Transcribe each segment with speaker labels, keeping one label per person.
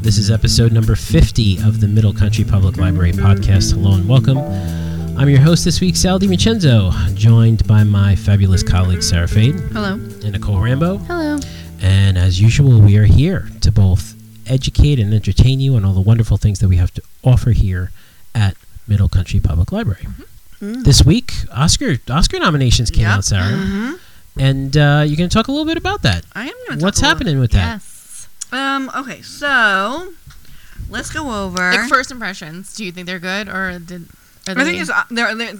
Speaker 1: This is episode number 50 of the Middle Country Public Library podcast. Hello and welcome. I'm your host this week, Sal DiVincenzo, joined by my fabulous colleagues Sarah Fade
Speaker 2: Hello.
Speaker 1: and Nicole Rambo.
Speaker 2: Hello.
Speaker 1: And as usual, we are here to both educate and entertain you on all the wonderful things that we have to offer here at Middle Country Public Library. This week, Oscar Oscar nominations came
Speaker 2: Yep.
Speaker 1: out, Sarah, and uh, you're going to talk a little bit about that.
Speaker 2: I am going to
Speaker 1: What's happening with that?
Speaker 3: Yes.
Speaker 2: Um, okay, so let's go over.
Speaker 3: Like first impressions. Do you think they're good or did? Are they,
Speaker 2: I think it's, uh, they're, they're,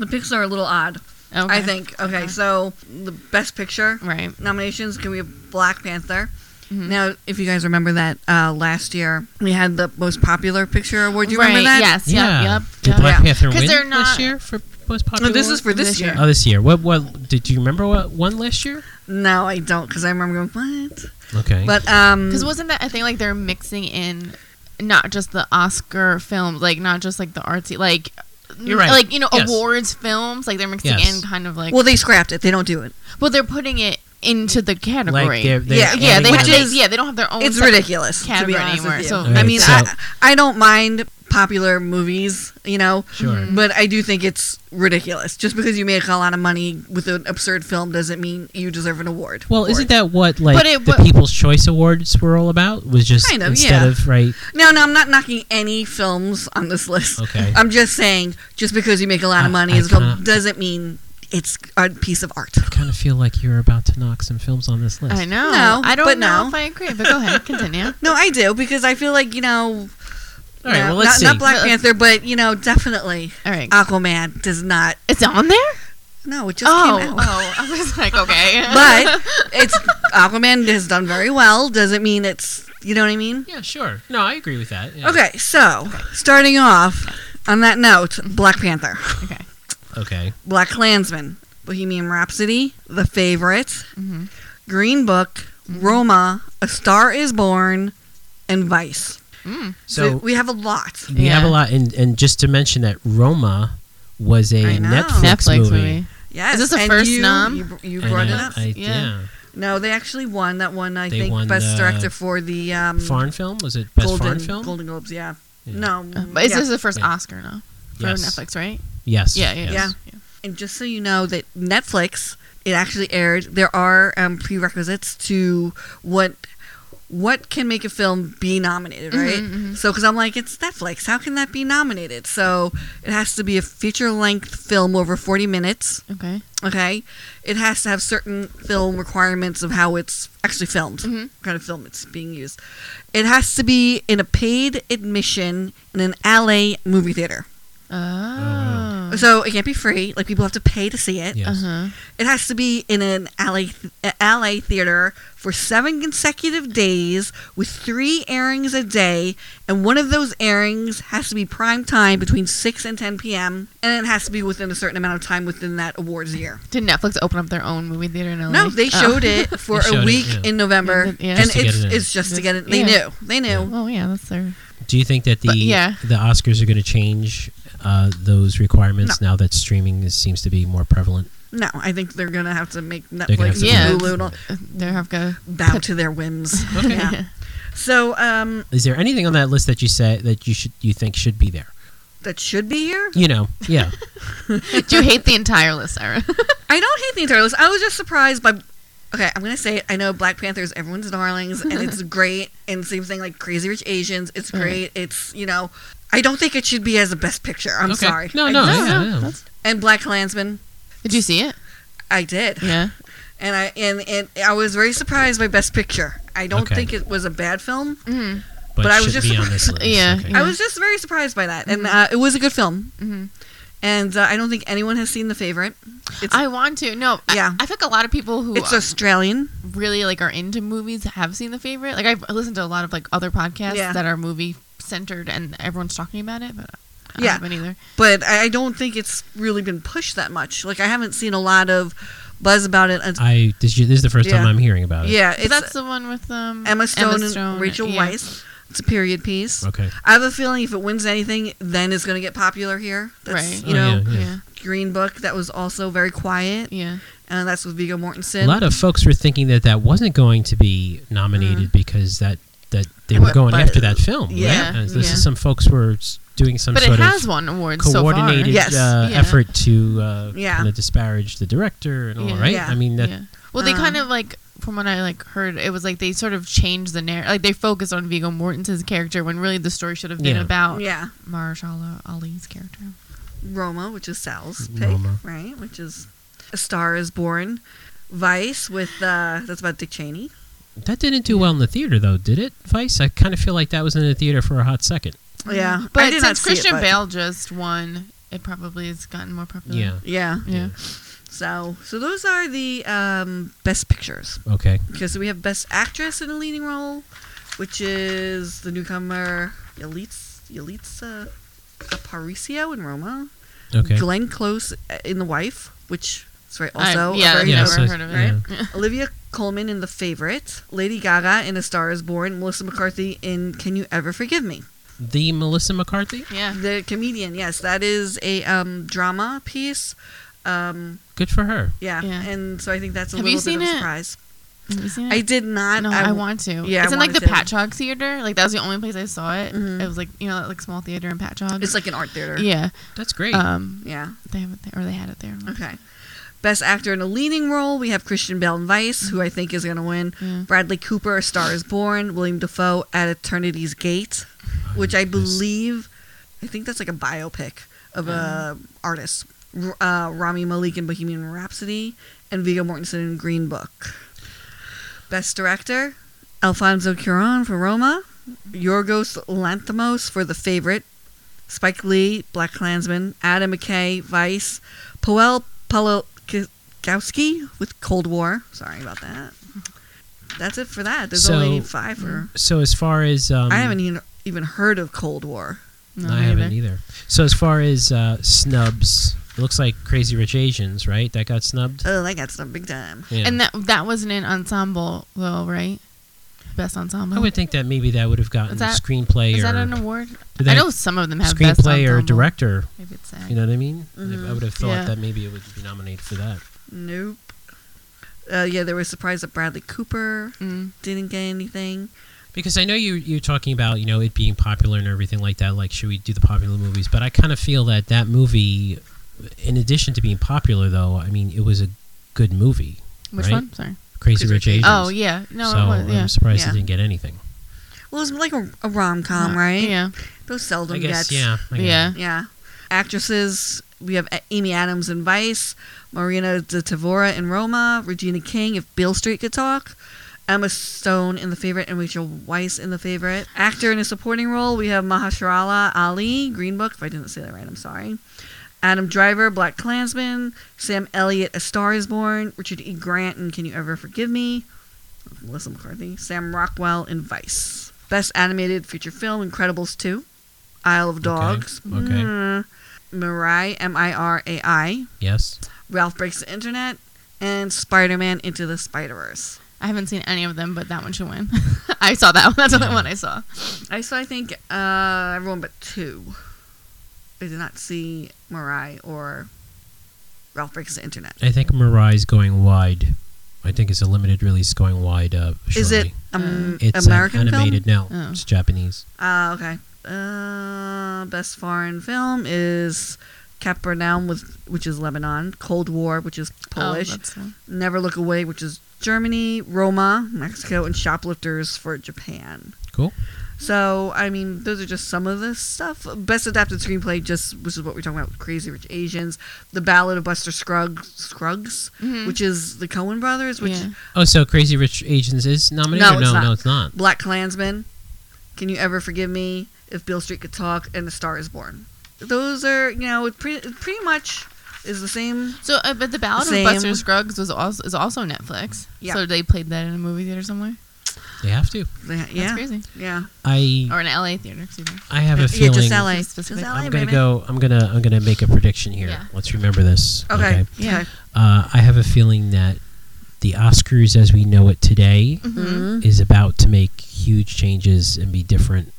Speaker 2: the picks are a little odd,
Speaker 3: Okay.
Speaker 2: I think. Okay,
Speaker 3: Okay.
Speaker 2: so the Best Picture
Speaker 3: Right.
Speaker 2: nominations can be Black Panther.
Speaker 3: Mhm.
Speaker 2: Now, if you guys remember that uh, last year, we had the most popular picture award. Do you remember
Speaker 3: Right,
Speaker 2: that?
Speaker 3: Yes.
Speaker 1: yeah.
Speaker 3: Yep.
Speaker 1: Did
Speaker 3: Yep.
Speaker 1: Black
Speaker 2: Yeah.
Speaker 1: Panther
Speaker 3: 'Cause
Speaker 1: win
Speaker 3: they're
Speaker 1: last
Speaker 3: not-
Speaker 1: year for most popular?
Speaker 2: No, this is
Speaker 1: award?
Speaker 2: for this,
Speaker 3: This
Speaker 2: year.
Speaker 3: year.
Speaker 1: Oh, this year. What? What? Did you remember what won last year?
Speaker 2: No, I don't, because I remember going, what?
Speaker 1: Okay.
Speaker 2: But, um.
Speaker 3: Because wasn't that? I think like they're mixing in, not just the Oscar films, like not just like the artsy, like.
Speaker 1: You're right.
Speaker 3: Like you know,
Speaker 1: Yes.
Speaker 3: awards films, like they're mixing
Speaker 1: Yes.
Speaker 3: in kind of like.
Speaker 2: well,
Speaker 3: Well,
Speaker 2: they scrapped it. They don't do it.
Speaker 3: they're putting it into the category.
Speaker 1: like they're, they're
Speaker 2: Yeah,
Speaker 1: adding
Speaker 3: yeah, they
Speaker 1: it
Speaker 3: have.
Speaker 2: Which
Speaker 3: They,
Speaker 2: is-
Speaker 3: yeah, they don't have their own.
Speaker 2: it's
Speaker 3: sec-
Speaker 2: ridiculous to be
Speaker 3: category
Speaker 2: honest
Speaker 3: anymore,
Speaker 2: with you.
Speaker 3: so-
Speaker 2: I
Speaker 1: Alright,
Speaker 2: mean,
Speaker 1: so-
Speaker 2: I, I don't mind popular movies, you know,
Speaker 1: Sure.
Speaker 3: Mm-hmm.
Speaker 2: but I do think it's ridiculous. Just because you make a lot of money with an absurd film doesn't mean you deserve an award.
Speaker 1: Well,
Speaker 2: for
Speaker 1: isn't
Speaker 2: it.
Speaker 1: that what like
Speaker 3: But it
Speaker 1: the
Speaker 3: wa-
Speaker 1: People's Choice Awards were all about? Was just
Speaker 2: Kind of,
Speaker 1: instead
Speaker 2: yeah.
Speaker 1: of right.
Speaker 2: No, no, I'm not knocking any films on this list.
Speaker 1: Okay.
Speaker 2: I'm just saying, just because you make a lot of
Speaker 1: I-
Speaker 2: money
Speaker 1: I
Speaker 2: as a film
Speaker 1: kinda-
Speaker 2: doesn't mean it's a piece of art.
Speaker 1: kind of feel like you're about to knock some films on this list.
Speaker 3: I know.
Speaker 2: No,
Speaker 3: I don't
Speaker 2: but
Speaker 3: know
Speaker 2: no.
Speaker 3: if I agree, but go ahead, continue.
Speaker 2: No, I do because I feel like you know.
Speaker 1: All right,
Speaker 2: no,
Speaker 1: well, let's
Speaker 2: not,
Speaker 1: see.
Speaker 2: not Black
Speaker 3: No.
Speaker 2: Panther, but you know, definitely
Speaker 3: All right,
Speaker 2: Aquaman does not.
Speaker 3: it's on there.
Speaker 2: No, it just
Speaker 3: Oh,
Speaker 2: Uh, came out.
Speaker 3: oh, I was like, okay,
Speaker 2: but it's Aquaman has done very well. Doesn't mean it's you know what I mean.
Speaker 1: Yeah, sure. No, I agree with that. yeah.
Speaker 2: Okay, so starting off on that note, Black Panther,
Speaker 3: okay.
Speaker 1: Okay.
Speaker 2: Black Klansman, Bohemian Rhapsody, The Favorite,
Speaker 3: Mhm.
Speaker 2: Green Book,
Speaker 1: Mm-hmm.
Speaker 2: Roma, A Star Is Born, and Vice.
Speaker 3: Mm.
Speaker 2: So,
Speaker 1: So
Speaker 2: we have a lot.
Speaker 1: we have a
Speaker 3: Yeah.
Speaker 1: lot, and, and just to mention that Roma was a
Speaker 2: I know.
Speaker 1: Netflix,
Speaker 3: Netflix
Speaker 1: movie.
Speaker 3: movie.
Speaker 2: Yes,
Speaker 3: this the
Speaker 2: and
Speaker 3: first
Speaker 2: you,
Speaker 3: nom?
Speaker 2: You, you
Speaker 1: And
Speaker 2: brought it
Speaker 1: I-
Speaker 2: up.
Speaker 1: I- yeah.
Speaker 3: Yeah.
Speaker 2: no, they actually won that one. I
Speaker 1: They
Speaker 2: think
Speaker 1: won
Speaker 2: best
Speaker 1: the
Speaker 2: director for the um,
Speaker 1: Foreign film was it best
Speaker 2: Golden
Speaker 1: foreign film?
Speaker 2: Golden Globes. Yeah.
Speaker 1: Yeah.
Speaker 2: No,
Speaker 3: But is
Speaker 2: Mm-hmm. yeah.
Speaker 3: this the first
Speaker 1: Yeah.
Speaker 3: Oscar now for
Speaker 1: Yes.
Speaker 3: Netflix, right?
Speaker 1: Yes.
Speaker 3: Yeah, yeah,
Speaker 1: yes.
Speaker 3: yeah.
Speaker 2: And just so you know that Netflix, it actually aired. There are um, prerequisites to what what can make a film be nominated, right?
Speaker 3: mhm.
Speaker 2: So, because I'm like, it's Netflix. How can that be nominated? So it has to be a feature length film over 40 minutes.
Speaker 3: Okay.
Speaker 2: Okay, it has to have certain film requirements of how it's actually filmed,
Speaker 3: Mhm.
Speaker 2: kind of film it's being used. It has to be in a paid admission in an LA movie theater.
Speaker 3: Oh.
Speaker 2: Mm-hmm. So it can't be free. Like people have to pay to see it.
Speaker 1: Yes.
Speaker 3: Uh-huh.
Speaker 2: It has to be in an LA, th- uh, LA theater for seven consecutive days with three airings a day. And one of those airings has to be prime time between 6 and 10 p.m. And it has to be within a certain amount of time within that awards year.
Speaker 3: Did Netflix open up their own movie theater in LA?
Speaker 2: No, they
Speaker 3: Oh.
Speaker 2: showed it for
Speaker 1: They showed
Speaker 2: a
Speaker 1: it,
Speaker 2: week
Speaker 1: yeah.
Speaker 2: in November.
Speaker 3: Yeah, yeah.
Speaker 2: And
Speaker 3: Just
Speaker 1: to get
Speaker 2: it's,
Speaker 1: it in.
Speaker 2: it's just to get it. They
Speaker 3: Yeah.
Speaker 2: knew. They knew.
Speaker 3: Well, yeah, that's their.
Speaker 1: Do you think that the
Speaker 3: But, yeah.
Speaker 1: the Oscars are going to change uh, those requirements now that streaming is, seems to be more prevalent?
Speaker 2: No, I think they're going to have to make
Speaker 1: gonna
Speaker 2: Netflix
Speaker 1: have to
Speaker 3: Yeah.
Speaker 2: and Hulu and all,
Speaker 3: They uh, have go.
Speaker 2: bow to their whims. Yeah. So, um,
Speaker 1: Is there anything on that list that you say that you should you think should be there?
Speaker 2: that should be here.
Speaker 1: You know, yeah.
Speaker 3: Do you hate the entire list, Sarah?
Speaker 2: I don't hate the entire list. I was just surprised by. Okay, I'm gonna say it. I know Black Panther is everyone's darlings, and it's great. And same thing like Crazy Rich Asians. It's
Speaker 3: Mm.
Speaker 2: great. It's you know, I don't think it should be as a best picture. I'm
Speaker 1: Okay.
Speaker 2: sorry.
Speaker 1: No,
Speaker 2: I
Speaker 1: no,
Speaker 2: just-
Speaker 1: Oh, yeah,
Speaker 3: No,
Speaker 1: yeah.
Speaker 3: that's-
Speaker 2: And Black Klansman,
Speaker 3: Did you see it?
Speaker 2: I did,
Speaker 3: Yeah.
Speaker 2: and I and, and I was very surprised by best picture. I don't
Speaker 1: Okay.
Speaker 2: think it was a bad film.
Speaker 3: Mm.
Speaker 1: But,
Speaker 2: But
Speaker 1: it
Speaker 2: I was
Speaker 1: should
Speaker 2: just-
Speaker 1: be on this list.
Speaker 3: Yeah.
Speaker 1: Okay.
Speaker 2: I was just very surprised by that,
Speaker 1: Mm.
Speaker 2: and uh, it was a good film.
Speaker 3: Mhm.
Speaker 2: And uh, I don't think anyone has seen the favorite. It's
Speaker 3: I want to. No. I-
Speaker 2: Yeah.
Speaker 3: I, think a lot of people who
Speaker 2: it's Australian.
Speaker 3: really like are into movies have seen the favorite. Like I've listened to a lot of like other podcasts
Speaker 2: Yeah.
Speaker 3: that are movie centered, and everyone's talking about it, but I
Speaker 2: Yeah.
Speaker 3: haven't either.
Speaker 2: but I I don't think it's really been pushed that much. Like I haven't seen a lot of buzz about it. It's-
Speaker 1: I this, is- this is the first time
Speaker 2: Yeah.
Speaker 1: I'm hearing about it.
Speaker 2: yeah, it's
Speaker 3: But that's the one with um,
Speaker 2: Emma Stone
Speaker 3: Stone,
Speaker 2: and Rachel
Speaker 3: yeah.
Speaker 2: Weisz. It's a period piece.
Speaker 1: Okay.
Speaker 2: I have a feeling if it wins anything, then it's going to get popular here. That's,
Speaker 3: Right.
Speaker 2: You know,
Speaker 1: yeah, yeah.
Speaker 3: Yeah.
Speaker 2: Green Book that was also very quiet,
Speaker 3: Yeah.
Speaker 2: and that's with Viggo Mortensen.
Speaker 1: A lot of folks were thinking that that wasn't going to be nominated because that that they were
Speaker 3: Mm. But-
Speaker 1: going
Speaker 3: but-
Speaker 1: after that film. right?
Speaker 2: Yeah,
Speaker 1: Uh, this
Speaker 3: yeah.
Speaker 1: is some folks were s- doing some
Speaker 3: But
Speaker 1: sort
Speaker 3: it has
Speaker 1: of
Speaker 3: won awards so far.
Speaker 1: coordinated
Speaker 2: Yes.
Speaker 1: uh,
Speaker 3: Yeah.
Speaker 1: effort to uh,
Speaker 2: Yeah.
Speaker 1: kind of disparage the director and all. Right?
Speaker 3: Yeah.
Speaker 2: Yeah.
Speaker 1: I mean, that,
Speaker 3: yeah. Well, they kind
Speaker 2: Um,
Speaker 3: of like from what I like heard, it was like they sort of changed the narrative. Like they focused on Viggo Mortensen's character when really the story should have been
Speaker 1: Yeah.
Speaker 3: about
Speaker 2: Oh, yeah,
Speaker 3: Mahershala Ali's character.
Speaker 2: Roma, which is Sal's pick,
Speaker 1: Roma.
Speaker 2: right? Which is A Star Is Born, Vice with uh, that's about Dick Cheney.
Speaker 1: that didn't do well in the theater, though, did it, Vice? I kind of feel like that was in the theater for a hot second.
Speaker 2: Yeah,
Speaker 3: Mm-hmm. But
Speaker 2: I did not
Speaker 3: since
Speaker 2: see it,
Speaker 3: Christian
Speaker 2: but-
Speaker 3: Bale just won, it probably has gotten more popular.
Speaker 1: Yeah.
Speaker 2: Yeah.
Speaker 3: Yeah.
Speaker 2: So, so those are the um, best pictures.
Speaker 1: Okay.
Speaker 2: Because we have Best Actress in a Leading Role, which is the newcomer Yalitza, Yalitza Aparicio in Roma.
Speaker 1: Okay.
Speaker 2: Glenn Close uh, in The Wife, which is very
Speaker 3: I-
Speaker 2: also a
Speaker 3: yeah, I've
Speaker 2: very
Speaker 1: Yeah,
Speaker 3: never
Speaker 2: known-
Speaker 1: so-
Speaker 3: heard of it.
Speaker 1: yeah.
Speaker 2: Olivia Colman in The Favorite, Lady Gaga in A Star Is Born, Melissa McCarthy in Can You Ever Forgive Me?
Speaker 1: The Melissa McCarthy?
Speaker 3: Yeah.
Speaker 2: The comedian, yes, that is a um, drama piece. Um,
Speaker 1: Good for her.
Speaker 2: yeah.
Speaker 3: Yeah.
Speaker 2: and so I think that's a
Speaker 3: Have you
Speaker 2: little bit
Speaker 3: seen
Speaker 2: of a
Speaker 3: it?
Speaker 2: surprise.
Speaker 3: Have you seen it?
Speaker 2: I did not.
Speaker 3: No, I, want to.
Speaker 2: yeah, I
Speaker 3: it's in like the
Speaker 2: wanted to.
Speaker 3: Patchogue Theater. Like that was the only place I saw it.
Speaker 2: Mhm.
Speaker 3: It was like you know that like small theater in Patchogue.
Speaker 2: It's like an art theater.
Speaker 3: yeah.
Speaker 1: That's great.
Speaker 3: Um,
Speaker 2: Yeah.
Speaker 3: they have it there, or they had it there.
Speaker 2: Okay. Best actor in a leading role, we have Christian Bale in Vice, who I think is going to win.
Speaker 3: Yeah.
Speaker 2: Bradley Cooper, A Star is Born. William Defoe, At Eternity's Gate, which I
Speaker 1: Nice.
Speaker 2: believe, I think that's like a biopic of a artist. R- Uh, Rami Malik in Bohemian Rhapsody, and Viggo Mortensen in Green Book. Best director, Alfonso Cuarón for Roma. Yorgos Lanthimos for The Favorite, Spike Lee, Black Klansman, Adam McKay, Vice, Poel Polakowski with Cold War. Sorry about that. That's it for that. There's
Speaker 1: So-
Speaker 2: only five. For,
Speaker 1: So as far as um,
Speaker 2: I haven't even, even heard of Cold War.
Speaker 3: e- No,
Speaker 1: I
Speaker 3: me
Speaker 1: haven't either. So as far as uh, snubs, it looks like Crazy Rich Asians, right? That got snubbed.
Speaker 2: Oh, that got some big time.
Speaker 1: Yeah.
Speaker 3: Uh, And that that wasn't an ensemble though, right? Best ensemble.
Speaker 1: I would think that maybe that would have gotten
Speaker 3: Is that-
Speaker 1: screenplay
Speaker 3: Is
Speaker 1: or
Speaker 3: that an award?
Speaker 1: did
Speaker 3: I
Speaker 1: that
Speaker 3: know some of them have best
Speaker 1: screenplay or
Speaker 3: ensemble.
Speaker 1: director.
Speaker 3: Maybe it's that.
Speaker 1: You know what I mean? I- I
Speaker 2: Mhm.
Speaker 1: would have thought
Speaker 3: Yeah.
Speaker 1: that maybe it would be nominated for that.
Speaker 2: Nope. Uh, yeah, they were surprised that Bradley Cooper
Speaker 3: Mm.
Speaker 2: didn't get anything.
Speaker 1: Because I know you you're talking about you know it being popular and everything like that. Like, should we do the popular movies? But I kind of feel that that movie, in addition to being popular, though, I mean, it was a good movie.
Speaker 3: Which
Speaker 1: Right?
Speaker 3: one? Sorry.
Speaker 1: Crazy Rich Asians.
Speaker 3: Oh yeah. No,
Speaker 1: so
Speaker 3: it was, yeah.
Speaker 1: I'm surprised
Speaker 2: Yeah.
Speaker 1: it didn't get anything.
Speaker 2: Well, it was like a, a rom com, Um, right?
Speaker 3: Yeah.
Speaker 2: Those seldom
Speaker 1: I guess,
Speaker 2: gets.
Speaker 1: yeah. I guess.
Speaker 3: Yeah.
Speaker 2: Yeah. Actresses, we have Amy Adams in Vice, Marina de Tavora in Roma, Regina King, if Bill Street could talk, Emma Stone in The Favorite, and Rachel Weisz in The Favorite. Actor in a supporting role, we have Mahershala Ali, Green Book, if I didn't say that right, I'm sorry. Adam Driver, Black Klansman, Sam Elliott, A Star is Born, Richard E. Grant in Can You Ever Forgive Me, Melissa McCarthy, Sam Rockwell in Vice. Best animated feature film, Incredibles 2, Isle of Dogs,
Speaker 1: okay.
Speaker 2: Mm. Mirai, M I R A I,
Speaker 1: Yes.
Speaker 2: Ralph Breaks the Internet, and Spider Man Into the Spider Verse.
Speaker 3: I haven't seen any of them, but that one should win. I saw that one. That's the only
Speaker 1: Yeah.
Speaker 3: one I saw.
Speaker 2: I saw, I think, uh, everyone but two. I did not see Mirai or Ralph Breaks the Internet.
Speaker 1: I think Mirai's going wide. I think it's a limited release going wide. Uh, shortly.
Speaker 2: Is it um,
Speaker 1: It's an
Speaker 2: American film?
Speaker 1: animated now.
Speaker 3: Oh.
Speaker 1: It's Japanese.
Speaker 2: Ah, okay. Uh, best foreign film is Capernaum, with which is Lebanon. Cold War, which is Polish.
Speaker 3: Oh, that's the one.
Speaker 2: Never Look Away, which is Germany. Roma, Mexico, and Shoplifters for Japan.
Speaker 1: Cool.
Speaker 2: So I mean, those are just some of the stuff. Best adapted screenplay, just which is what we're talking about, Crazy Rich Asians, The Ballad of Buster Scruggs, Scruggs,
Speaker 3: Mhm.
Speaker 2: which is the Coen Brothers, which
Speaker 3: Yeah.
Speaker 1: Oh, so Crazy Rich Asians is nominated?
Speaker 2: No,
Speaker 1: or
Speaker 2: it's
Speaker 1: no,
Speaker 2: not.
Speaker 1: no, it's not.
Speaker 2: Black Klansman, Can You Ever Forgive Me, If Bill Street Could Talk, and The Star Is Born. Those are, you know, it pretty, it pretty much is the same.
Speaker 3: So, uh, but the Ballad
Speaker 2: Same.
Speaker 3: of Buster Scruggs was also is also Netflix.
Speaker 2: Yeah.
Speaker 3: So they played that in a movie theater somewhere.
Speaker 1: They have to.
Speaker 2: They-
Speaker 3: That's
Speaker 2: Yeah,
Speaker 3: crazy.
Speaker 2: yeah.
Speaker 1: I
Speaker 3: Or an LA theater. Excuse me.
Speaker 1: I have a
Speaker 2: yeah,
Speaker 1: feeling.
Speaker 2: just LA. Just
Speaker 3: Specific.
Speaker 2: LA,
Speaker 1: I'm gonna
Speaker 2: baby.
Speaker 1: go. I'm gonna. I'm gonna make a prediction here.
Speaker 3: Yeah.
Speaker 1: Let's remember this.
Speaker 2: Okay.
Speaker 3: Yeah.
Speaker 2: okay.
Speaker 1: Uh, I have a feeling that the Oscars, as we know it today,
Speaker 3: Mm-hmm.
Speaker 2: Mhm.
Speaker 1: is about to make huge changes and be different.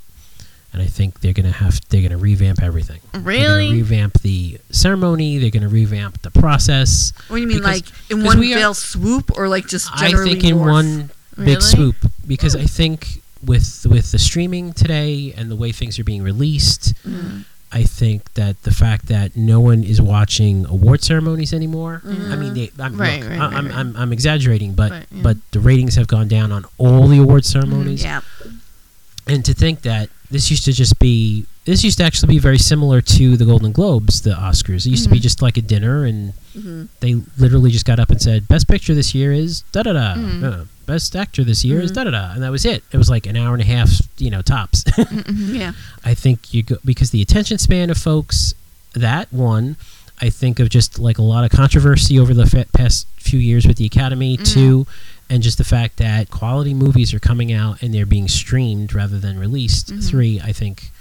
Speaker 1: and I think they're gonna have they're gonna revamp everything. They're
Speaker 3: Really?
Speaker 1: gonna revamp the ceremony. They're gonna revamp the process.
Speaker 2: What do you mean,
Speaker 1: Mm-hmm. Because-
Speaker 2: like in
Speaker 1: because
Speaker 2: one
Speaker 1: we are-
Speaker 2: fell swoop, or like just
Speaker 1: I
Speaker 2: generally?
Speaker 1: think in
Speaker 2: morph?
Speaker 1: one
Speaker 3: Really?
Speaker 1: big swoop because I think with with the streaming today and the way things are being released,
Speaker 3: Mm.
Speaker 1: I think that the fact that no one is watching award ceremonies anymore. I
Speaker 2: Mm-hmm.
Speaker 3: Mhm.
Speaker 1: mean, they, I'm,
Speaker 3: Right,
Speaker 1: look,
Speaker 3: right,
Speaker 1: I,
Speaker 3: right,
Speaker 1: I'm,
Speaker 3: right.
Speaker 1: I'm I'm exaggerating, but
Speaker 3: But, yeah. Mm-hmm,
Speaker 1: but the ratings have gone down on all the award ceremonies.
Speaker 2: Yeah.
Speaker 1: And to think that this used to just be this used to actually be very similar to the Golden Globes, the Oscars. It used to be
Speaker 3: Mhm.
Speaker 1: just like a dinner and
Speaker 2: hmm
Speaker 1: they literally just got up and said, "Best picture this year is da da da.
Speaker 3: Mm.
Speaker 1: No, Best actor this year is
Speaker 2: Mhm.
Speaker 1: da
Speaker 3: Mm-hmm.
Speaker 1: da da," and that was it. It was like an hour and a half, you know, tops.
Speaker 2: Yeah.
Speaker 1: I think you go because the attention span of folks. That one, I think of just like a lot of controversy over the fa- past few years with the Academy
Speaker 3: Mhm.
Speaker 1: too, and just the fact that quality movies are coming out and they're being streamed rather than released.
Speaker 3: Mhm.
Speaker 1: Three, I think.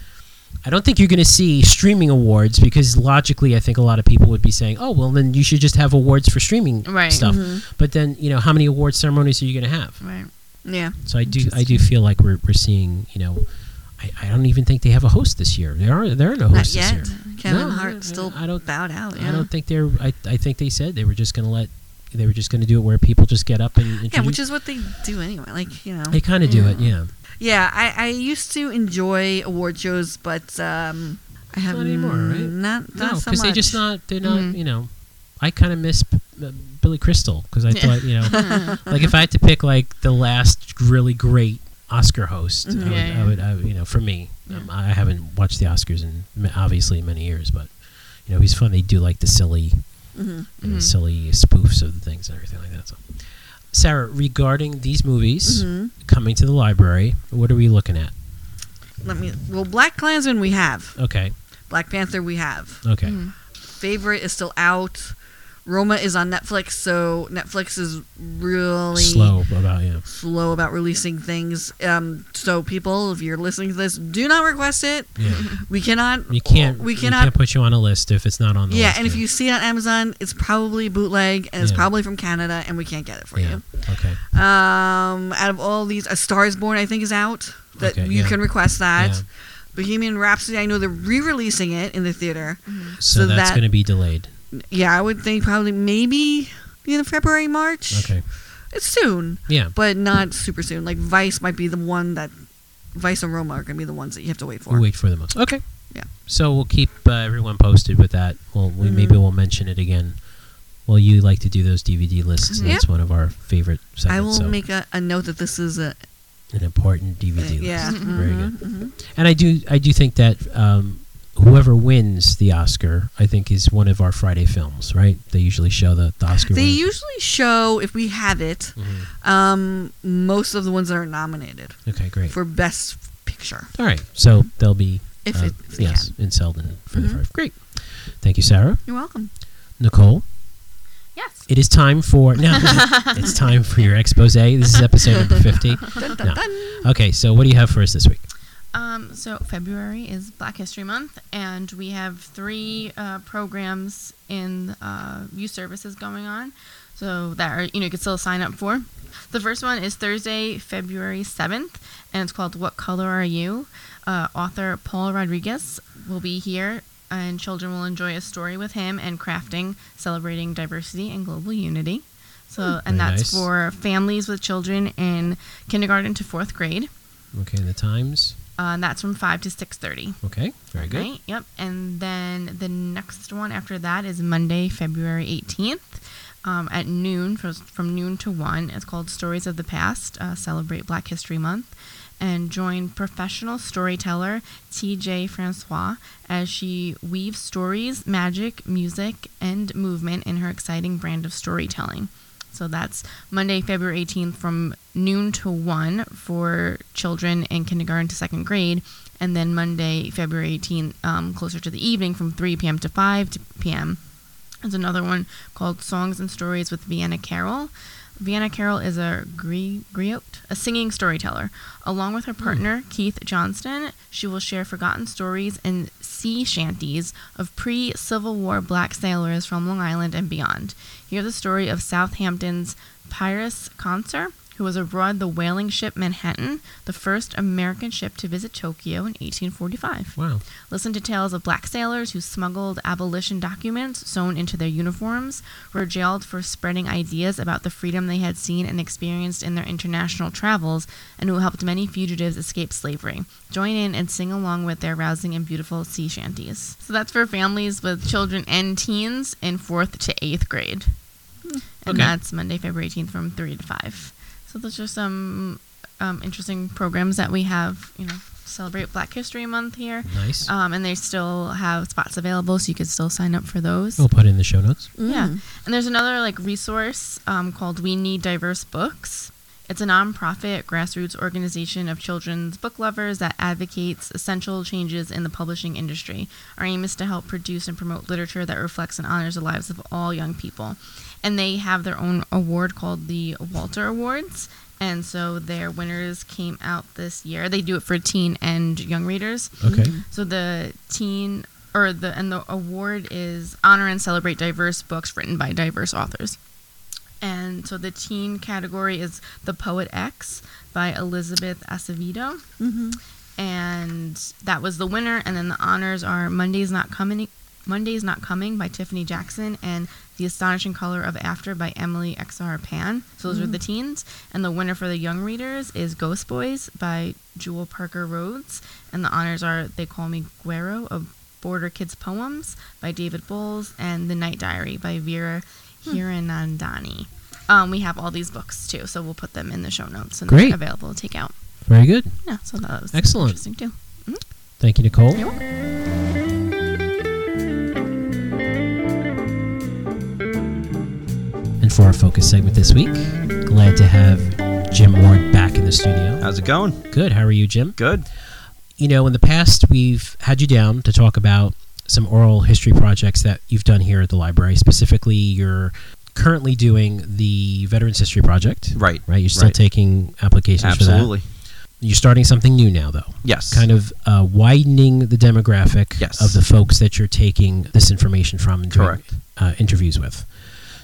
Speaker 1: I don't think you're going to see streaming awards because logically, I think a lot of people would be saying, "Oh, well, then you should just have awards for streaming
Speaker 3: Right.
Speaker 1: stuff."
Speaker 2: Mhm.
Speaker 1: But then, you know, how many award ceremonies are you going to have?
Speaker 3: Right.
Speaker 2: Yeah.
Speaker 1: So I do I do feel like we're we're seeing you know I, I don't even think they have a host this year. There are there are no
Speaker 2: Not
Speaker 1: hosts this
Speaker 2: yet.
Speaker 1: year.
Speaker 2: Kevin
Speaker 1: No,
Speaker 2: Hart still
Speaker 1: I don't-
Speaker 2: bowed out. Yeah.
Speaker 1: I don't think they're I, I think they said they were just gonna let they were just gonna do it where people just get up and introduce.
Speaker 2: yeah, which is what they do anyway. Like you know.
Speaker 1: they kind of do it. Yeah,
Speaker 2: Yeah, I, I used to enjoy award shows, but um, I have
Speaker 1: Not anymore, right?
Speaker 2: Not
Speaker 1: no,
Speaker 2: not so
Speaker 1: because they just
Speaker 2: much. Mm-hmm.
Speaker 1: not they're not
Speaker 3: Mhm.
Speaker 1: you know. I kind of miss P- uh, Billy Crystal because I
Speaker 3: Yeah.
Speaker 1: thought you know like if I had to pick like the last really great Oscar host,
Speaker 2: Mhm.
Speaker 1: I, would,
Speaker 3: Yeah, yeah.
Speaker 1: I, would, I would you know for me, um, I haven't watched the Oscars in m- obviously many years, but you know he's fun. They do like the silly,
Speaker 2: Mhm.
Speaker 1: you know,
Speaker 3: Mhm.
Speaker 1: silly spoofs of the things and everything like that. So, Sarah, regarding these movies
Speaker 2: Mhm.
Speaker 1: coming to the library, what are we looking at?
Speaker 2: Let me. Well, Black Klansman we have.
Speaker 1: Okay,
Speaker 2: Black Panther we have.
Speaker 1: okay,
Speaker 3: Mm-hmm.
Speaker 2: Favorite is still out. Roma is on Netflix, so Netflix is really
Speaker 1: slow about yeah.
Speaker 2: slow about releasing things. Um, so people, if you're listening to this, do not request it.
Speaker 1: Yeah,
Speaker 2: We cannot.
Speaker 1: you can't.
Speaker 2: We
Speaker 1: you
Speaker 2: cannot.
Speaker 1: can't put you on a list if it's not on the
Speaker 2: yeah,
Speaker 1: list.
Speaker 2: and if you see it on Amazon, it's probably bootleg and it's
Speaker 1: Yeah.
Speaker 2: probably from Canada, and we can't get it for you.
Speaker 1: yeah, okay,
Speaker 2: Um, out of all these, A Star Is Born, I think, is out. That
Speaker 1: Okay,
Speaker 2: you
Speaker 1: yeah.
Speaker 2: can request that.
Speaker 1: Yeah.
Speaker 2: Bohemian Rhapsody, I know they're re-releasing it in the theater.
Speaker 3: Mm-hmm.
Speaker 1: so,
Speaker 2: so
Speaker 1: that's
Speaker 2: that-
Speaker 1: going to be delayed.
Speaker 2: Yeah, I would think probably maybe in February, March.
Speaker 1: Okay,
Speaker 2: It's soon,
Speaker 1: yeah,
Speaker 2: but not super soon. Like Vice might be the one that Vice and Roma are gonna be the ones that you have to wait for.
Speaker 1: We'll wait for the most. Okay.
Speaker 2: Yeah.
Speaker 1: So we'll keep uh, everyone posted with that. Well, we
Speaker 2: Mhm.
Speaker 1: maybe we'll mention it again. Well, you like to do those DVD lists, and
Speaker 2: Mhm.
Speaker 1: that's one of our favorite segments.
Speaker 2: I will
Speaker 1: so
Speaker 2: make a, a note that this is a
Speaker 1: an important DVD
Speaker 2: yeah.
Speaker 1: list. Very
Speaker 2: mhm,
Speaker 1: good.
Speaker 2: mhm.
Speaker 1: And I do, I do think that um, whoever wins the Oscar, I think, is one of our Friday films. Right? They usually show the, the Oscar.
Speaker 2: They
Speaker 1: winner.
Speaker 2: usually show if we have it,
Speaker 1: Mhm.
Speaker 2: um, most of the ones that are nominated
Speaker 1: Okay, great.
Speaker 2: for Best Picture.
Speaker 1: All right. So they'll be
Speaker 2: If
Speaker 1: uh,
Speaker 2: it, if they
Speaker 1: yes
Speaker 2: can.
Speaker 1: in Selden for the
Speaker 2: Mhm.
Speaker 1: first. Great. Thank you, Sarah,
Speaker 2: You're welcome.
Speaker 1: Nicole.
Speaker 3: Yes.
Speaker 1: It is time for now. it's time for your expose. This is episode number fifty.
Speaker 2: Dun, dun,
Speaker 1: No.
Speaker 2: dun.
Speaker 1: Okay, so what do you have for us this week?
Speaker 3: Um, so February is Black History Month, and we have three uh, programs in uh, youth services going on, so that are, you know you can still sign up for. The first one is Thursday, February seventh, and it's called "What Color Are You." Uh, author Paul Rodriguez will be here, and children will enjoy a story with him and crafting, celebrating diversity and global unity. So, and
Speaker 1: Hmm. very
Speaker 3: that's
Speaker 1: nice.
Speaker 3: for families with children in kindergarten to fourth grade.
Speaker 1: Okay, the times.
Speaker 3: Uh, and that's from 5 to 6.30
Speaker 1: Okay, very good.
Speaker 3: right yep and then the next one after that is monday february 18th um, at noon from, from noon to 1 it's called stories of the past uh, celebrate black history month and join professional storyteller tj francois as she weaves stories magic music and movement in her exciting brand of storytelling so that's Monday, February 18th from noon to 1 for children in kindergarten to second grade. And then Monday, February 18th, um, closer to the evening from 3 p.m. to 5 to p.m. There's another one called Songs and Stories with Vienna Carroll. Vienna Carroll is a gri- griot, a singing storyteller. Along with her partner, Keith Johnston, she will share forgotten stories and sea shanties of pre Civil War black sailors from Long Island and beyond. Hear the story of Southampton's Pyrus Conser, who was aboard the whaling ship Manhattan, the first American ship to visit Tokyo in 1845.
Speaker 1: Wow.
Speaker 3: Listen to tales of black sailors who smuggled abolition documents sewn into their uniforms, were jailed for spreading ideas about the freedom they had seen and experienced in their international travels, and who helped many fugitives escape slavery. Join in and sing along with their rousing and beautiful sea shanties. So that's for families with children and teens in fourth to eighth grade. And
Speaker 1: Okay.
Speaker 3: that's Monday, February 18th from 3 to 5. So those are some um, interesting programs that we have, you know, celebrate Black History Month here.
Speaker 1: Nice.
Speaker 2: Uh,
Speaker 3: Um, and they still have spots available, so you could still sign up for those.
Speaker 1: We'll put it in the show notes.
Speaker 2: Mm.
Speaker 3: Yeah. And there's another like resource um, called We Need Diverse Books. It's a nonprofit grassroots organization of children's book lovers that advocates essential changes in the publishing industry. Our aim is to help produce and promote literature that reflects and honors the lives of all young people. And they have their own award called the Walter Awards. And so their winners came out this year. They do it for teen and young readers.
Speaker 2: Mm-hmm.
Speaker 1: Okay.
Speaker 3: So the teen or the and the award is honor and celebrate diverse books written by diverse authors. And so the teen category is The Poet X by Elizabeth Acevedo.
Speaker 2: Mm-hmm.
Speaker 3: And that was the winner. And then the honors are Monday's Not Coming Monday's Not Coming by Tiffany Jackson and The Astonishing Color of After by Emily XR Pan. So those are
Speaker 1: Mm.
Speaker 3: the teens. And the winner for the young readers is Ghost Boys by Jewel Parker Rhodes. And the honors are They Call Me Guero of Border Kids Poems by David Bowles and The Night Diary by Vera
Speaker 1: Hmm.
Speaker 3: Hiranandani. Um, we have all these books too, so we'll put them in the show notes and
Speaker 1: Great.
Speaker 3: they're available to take out.
Speaker 1: Very good.
Speaker 3: Yeah, so that was
Speaker 1: Excellent.
Speaker 3: interesting too.
Speaker 1: Thank you, Nicole.
Speaker 3: You're welcome.
Speaker 1: And for our focus segment this week, glad to have Jim Ward back in the studio.
Speaker 4: How's it going?
Speaker 1: Good. How are you, Jim?
Speaker 4: Good.
Speaker 1: Uh, You know, in the past, we've had you down to talk about some oral history projects that you've done here at the library. Specifically, you're currently doing the Veterans History Project.
Speaker 4: Right.
Speaker 1: Right. You're still
Speaker 4: Right.
Speaker 1: taking applications
Speaker 4: Absolutely.
Speaker 1: for that. You're starting something new now, though.
Speaker 4: Yes.
Speaker 1: Kind of uh, widening the demographic
Speaker 4: Yes.
Speaker 1: of the folks that you're taking this information from and doing
Speaker 4: Correct.
Speaker 1: uh, interviews with.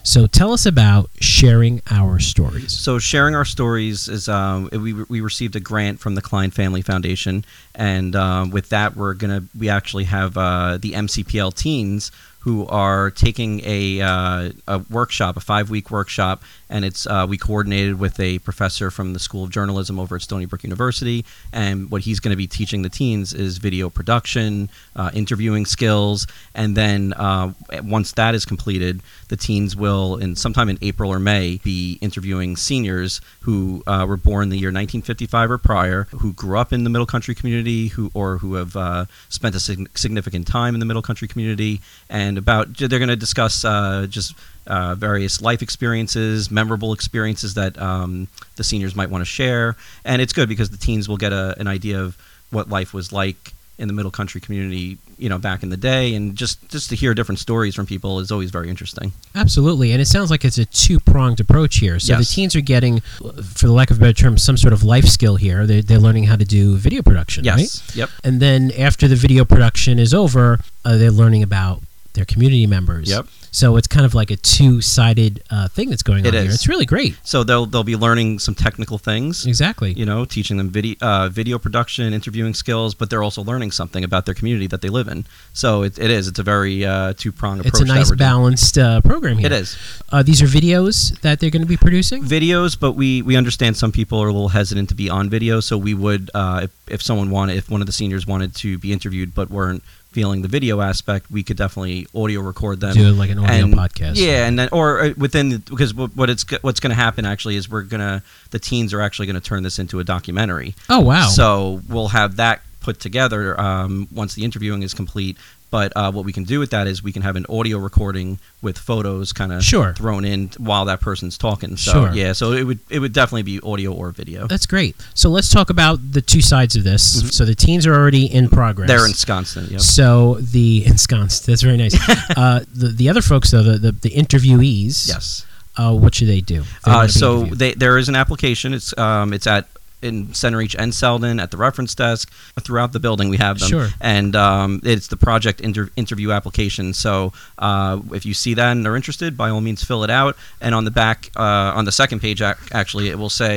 Speaker 1: So tell us about sharing our stories.
Speaker 4: So sharing our stories is um, we we received a grant from the Klein Family Foundation, and um, with that we're gonna we actually have uh, the MCPL teens who are taking a uh, a workshop, a five week workshop, and it's uh, we coordinated with a professor from the School of Journalism over at Stony Brook University, and what he's going to be teaching the teens is video production, uh, interviewing skills, and then uh, once that is completed, the teens will, in sometime in April or May, be interviewing seniors who uh, were born the year 1955 or prior, who grew up in the Middle Country community, who or who have uh, spent a sig- significant time in the Middle Country community, and about they're going to discuss uh, just uh, various life experiences, memorable experiences that um, the seniors might want to share. And it's good because the teens will get a, an idea of what life was like in the middle country community, you know, back in the day. And just, just to hear different stories from people is always very interesting.
Speaker 1: Absolutely, and it sounds like it's a two-pronged approach here. So
Speaker 4: Yes.
Speaker 1: the teens are getting, for the lack of a better term, some sort of life skill here. They're, they're learning how to do video production,
Speaker 4: Yes.
Speaker 1: right?
Speaker 4: Yep.
Speaker 1: And then after the video production is over, uh, they're learning about their community members.
Speaker 4: Yep.
Speaker 1: So it's kind of like a two-sided uh, thing that's going
Speaker 4: It
Speaker 1: on here.
Speaker 4: is.
Speaker 1: It's really great.
Speaker 4: So they'll, they'll be learning some technical things.
Speaker 1: Exactly.
Speaker 4: You know, teaching them video, uh, video production, interviewing skills, but they're also learning something about their community that they live in. So it, it is. It's a very uh, two pronged approach.
Speaker 1: It's a
Speaker 4: that
Speaker 1: nice
Speaker 4: we're doing.
Speaker 1: balanced uh, program here.
Speaker 4: It is.
Speaker 1: Uh, these are videos that they're going to be producing.
Speaker 4: videos, but we we understand some people are a little hesitant to be on video. So we would, uh, if, if someone wanted, if one of the seniors wanted to be interviewed but weren't feeling the video aspect, we could definitely audio record them.
Speaker 1: Do like an audio
Speaker 4: And-
Speaker 1: podcast.
Speaker 4: Yeah, and then or uh, within the, because what, what it's go- what's going to happen actually is we're gonna the teens are actually going to turn this into a documentary.
Speaker 1: Oh wow.
Speaker 4: So we'll have that put together um, once the interviewing is complete. But uh, what we can do with that is we can have an audio recording with photos kind of
Speaker 1: Sure.
Speaker 4: thrown in while that person's talking. So
Speaker 1: Sure.
Speaker 4: yeah, so it would it would definitely be audio or video.
Speaker 1: That's great. So let's talk about the two sides of this.
Speaker 4: Mhm.
Speaker 1: So the teens are already in progress.
Speaker 4: They're ensconced in. Yep.
Speaker 1: So the ensconced. That's very nice. uh, the the other folks though, the the, the interviewees.
Speaker 4: Yes.
Speaker 1: Uh, what should they do? They
Speaker 4: Uh,
Speaker 1: wanna be
Speaker 4: so
Speaker 1: interviewed.
Speaker 4: they, there is an application. It's um, it's at in Center Each and Selden at the reference desk throughout the building. We have them,
Speaker 1: Sure.
Speaker 4: and um, it's the project inter- interview application. So uh, if you see that and are interested, by all means, fill it out. And on the back, uh, on the second page, ac- actually, it will say.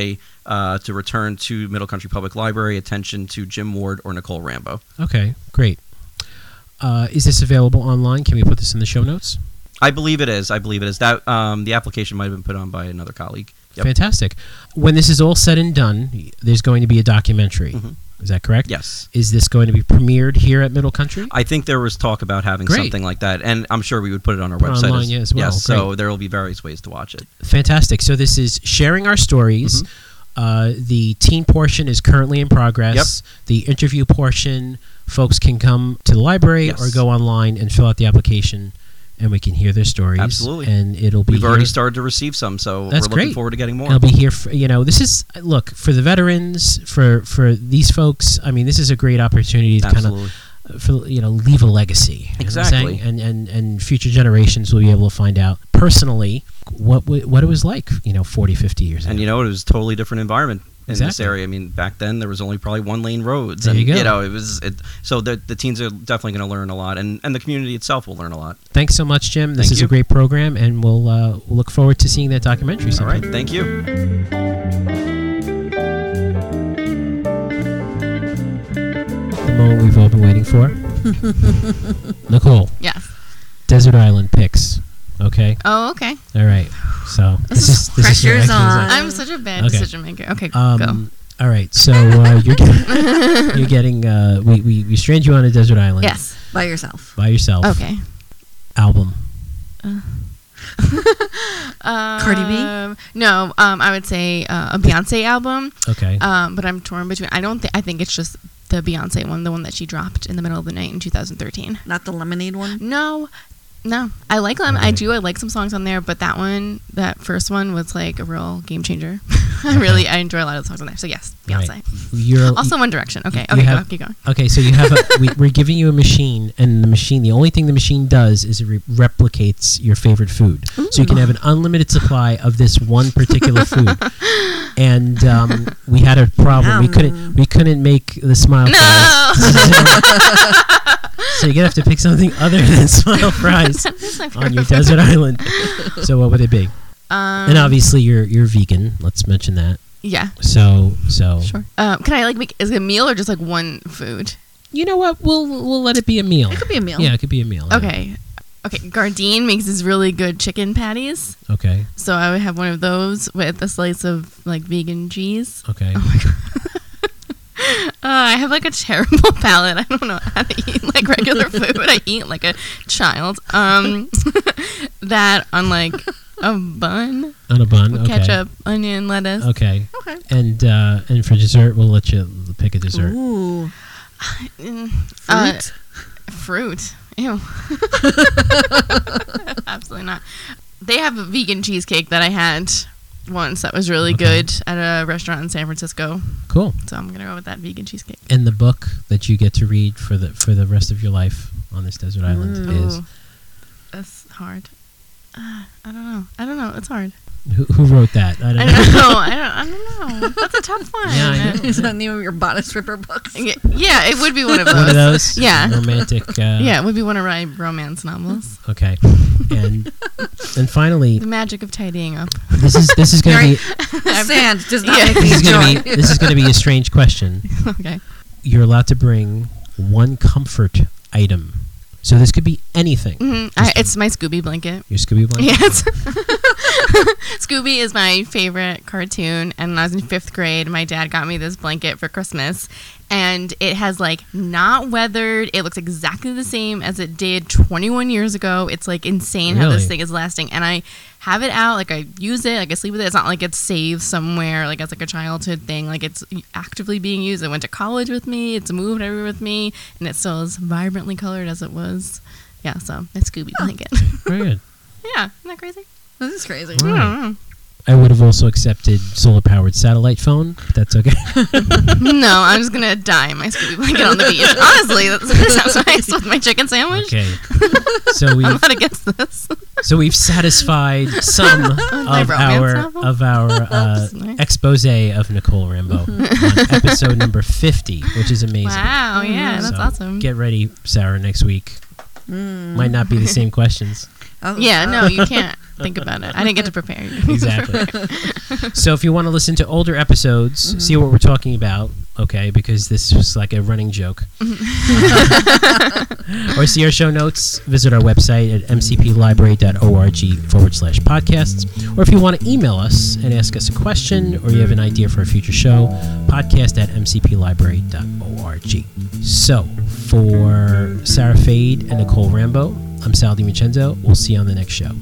Speaker 4: Uh, to return to Middle Country Public Library, attention to Jim Ward or Nicole Rambo.
Speaker 1: Okay, great. Uh, is this available online? Can we put this in the show notes?
Speaker 4: I believe it is. I believe it is. That um, the application might have been put on by another colleague. Yep.
Speaker 1: Fantastic. When this is all said and done, there's going to be a documentary.
Speaker 4: Mhm.
Speaker 1: Is that correct?
Speaker 4: Yes.
Speaker 1: Is this going to be premiered here at Middle Country?
Speaker 4: I think there was talk about having
Speaker 1: Great.
Speaker 4: something like that, and I'm sure we would put it on our
Speaker 1: Put it
Speaker 4: website
Speaker 1: online, yeah, as well.
Speaker 4: Yes, so there will be various ways to watch it.
Speaker 1: Fantastic. So this is sharing our stories.
Speaker 4: Mm-hmm.
Speaker 1: Uh, the teen portion is currently in progress. The interview portion, folks can come to the library
Speaker 4: Yes.
Speaker 1: or go online and fill out the application, and we can hear their stories.
Speaker 4: Absolutely.
Speaker 1: And it'll be
Speaker 4: We've already
Speaker 1: here-
Speaker 4: started to receive some, so
Speaker 1: That's
Speaker 4: we're looking
Speaker 1: great.
Speaker 4: forward to getting more.
Speaker 1: I'll be here for you know this is look for the veterans for for these folks. I mean, this is a great opportunity to kind of
Speaker 4: Absolutely.
Speaker 1: for you know leave a legacy. You know what I'm saying?
Speaker 4: Exactly.
Speaker 1: and and and future generations will be able to find out personally what w- what it was like. You know, 40, 50 years.
Speaker 4: And
Speaker 1: ago.
Speaker 4: you know, it was a totally different environment in this
Speaker 1: Exactly.
Speaker 4: area. I mean, back then there was only probably one lane roads,
Speaker 1: There
Speaker 4: and
Speaker 1: you go.
Speaker 4: know, it was it, so the the teens are definitely going to learn a lot, and and the community itself will learn a lot.
Speaker 1: Thanks so much, Jim. This
Speaker 4: Thank
Speaker 1: is a
Speaker 4: you.
Speaker 1: great program, and we'll uh, look forward to seeing that documentary.
Speaker 4: All
Speaker 1: Sometime.
Speaker 4: right, thank you.
Speaker 1: The moment we've all been waiting for. Nicole,
Speaker 3: Yes.
Speaker 1: Desert Island picks. Okay.
Speaker 3: Oh, okay.
Speaker 1: All right. So this,
Speaker 3: is-
Speaker 1: is this is your
Speaker 2: pressure's
Speaker 1: actual-
Speaker 2: on.
Speaker 3: I'm such a bad
Speaker 1: Okay.
Speaker 3: decision maker. Okay, go.
Speaker 1: Um, all right, so uh, you're getting, you're getting uh, we, we we strand you on a desert island.
Speaker 3: Yes.
Speaker 2: by yourself.
Speaker 1: by yourself.
Speaker 3: Okay.
Speaker 1: album.
Speaker 3: Um,
Speaker 2: Cardi B?
Speaker 3: No, um, I would say uh, a Beyonce album,
Speaker 1: Okay,
Speaker 3: um, but I'm torn between. I don't think. I think it's just the Beyonce one, the one that she dropped in the middle of the night in 2013.
Speaker 2: Not the lemonade one.
Speaker 3: No, no. I like them. I
Speaker 1: Okay.
Speaker 3: do. I like some songs on there, but that one, that first one, was like a real game changer. I really, I enjoy a lot of the songs on there. So yes, Beyonce.
Speaker 1: Right. you're
Speaker 3: Also, One Direction. Okay,
Speaker 1: you
Speaker 3: okay,
Speaker 1: have-
Speaker 3: go, keep going.
Speaker 1: okay. So you have a we, we're giving you a machine, and the machine. The only thing the machine does is it re- replicates your favorite food, so you can have an unlimited supply of this one particular food. And um, we had a problem. We couldn't
Speaker 2: Yum.
Speaker 1: we couldn't make the smile. fries.
Speaker 3: No,
Speaker 1: so you're gonna have to pick something other than smile fries
Speaker 3: That's my
Speaker 1: on
Speaker 3: favorite
Speaker 1: your
Speaker 3: one.
Speaker 1: desert island. So what would it be?
Speaker 3: Um,
Speaker 1: and obviously you're you're vegan. Let's mention that.
Speaker 3: yeah,
Speaker 1: So so
Speaker 3: sure. Um, can I like make is it a meal or just like one food?
Speaker 1: you know what? We'll we'll let it be a meal.
Speaker 2: It could be a meal.
Speaker 1: Yeah, it could be a meal. yeah.
Speaker 3: Okay, okay. Gardein makes these really good chicken patties,
Speaker 1: Okay.
Speaker 3: so I would have one of those with a slice of like vegan cheese. Oh
Speaker 1: Okay.
Speaker 3: Uh, I have like a terrible palate. I don't know how to eat like regular food. I eat like a child. Um, that on like a bun
Speaker 1: On a bun.
Speaker 3: with
Speaker 1: Okay.
Speaker 3: ketchup, onion, lettuce.
Speaker 1: Okay.
Speaker 2: Okay.
Speaker 1: And uh, and for dessert, we'll let you pick a dessert.
Speaker 2: Ooh.
Speaker 3: Mm, uh,
Speaker 2: Fruit.
Speaker 3: Fruit. Ew. Absolutely not. They have a vegan cheesecake that I had once that was really
Speaker 1: Okay.
Speaker 3: good at a restaurant in San Francisco.
Speaker 1: Cool.
Speaker 3: So I'm gonna go with that vegan cheesecake.
Speaker 1: And the book that you get to read for the for the rest of your life on this desert island is
Speaker 3: Ooh. That's hard. Uh, I don't know. I don't know. It's hard.
Speaker 1: who, who wrote that? I
Speaker 3: I
Speaker 1: don't
Speaker 3: don't
Speaker 1: know.
Speaker 3: know. I don't. I don't know. That's a tough one.
Speaker 1: Yeah, I know.
Speaker 2: Is that the name of your bodice ripper books?
Speaker 3: Yeah, yeah, it would be one of those.
Speaker 1: One of those.
Speaker 3: Yeah.
Speaker 1: Romantic. Uh,
Speaker 3: Yeah, it would be one of my romance novels.
Speaker 1: Okay. And and finally,
Speaker 3: The magic of tidying up.
Speaker 1: this is this is gonna be
Speaker 2: Sand does not
Speaker 3: Yeah.
Speaker 2: make
Speaker 1: this
Speaker 2: me
Speaker 1: is gonna
Speaker 2: joy.
Speaker 1: be this is gonna be a strange question.
Speaker 3: okay.
Speaker 1: you're allowed to bring one comfort item. So this could be anything.
Speaker 3: hmm I, it's my Scooby blanket.
Speaker 1: Your Scooby blanket.
Speaker 3: Yes. Scooby is my favorite cartoon. And when I was in fifth grade, my dad got me this blanket for Christmas. And it has like not weathered. It looks exactly the same as it did 21 years ago. It's like insane how
Speaker 1: Really?
Speaker 3: this thing is lasting. And I have it out. Like I use it. Like I sleep with it. It's not like it's saved somewhere. Like it's like a childhood thing. Like it's actively being used. It went to college with me. It's moved everywhere with me. And it's still as vibrantly colored as it was. Yeah. So it's Scooby blanket.
Speaker 1: Very good.
Speaker 3: yeah. Isn't that crazy?
Speaker 2: This is crazy.
Speaker 1: Wow.
Speaker 3: Mm.
Speaker 1: I would have also accepted solar powered satellite phone. but That's okay.
Speaker 3: no, I'm just gonna die in my Scooby blanket on the beach. Honestly, that's, that sounds nice with my chicken sandwich.
Speaker 1: okay. So we
Speaker 3: I'm not against this.
Speaker 1: So we've satisfied some
Speaker 3: my
Speaker 1: of
Speaker 3: romance
Speaker 1: our
Speaker 3: novel?
Speaker 1: of our uh,
Speaker 3: That's nice.
Speaker 1: expose of Nicole Rambo on episode number fifty, which is amazing.
Speaker 3: Wow, yeah,
Speaker 1: So
Speaker 3: that's awesome.
Speaker 1: Get ready, Sarah. Next week
Speaker 2: Mm.
Speaker 1: might not be the same questions.
Speaker 2: Oh,
Speaker 3: yeah,
Speaker 2: oh.
Speaker 3: no, you can't think about it. I didn't get to prepare you.
Speaker 1: Exactly. so if you want to listen to older episodes, see what we're talking about, okay? Because this was like a running joke. or see our show notes, visit our website at mcplibrary.org forward slash podcasts. Or if you want to email us and ask us a question or you have an idea for a future show, podcast at mcplibrary.org. So for Sarah Fade and Nicole Rambo, I'm Sal DiVincenzo. We'll see you on the next show.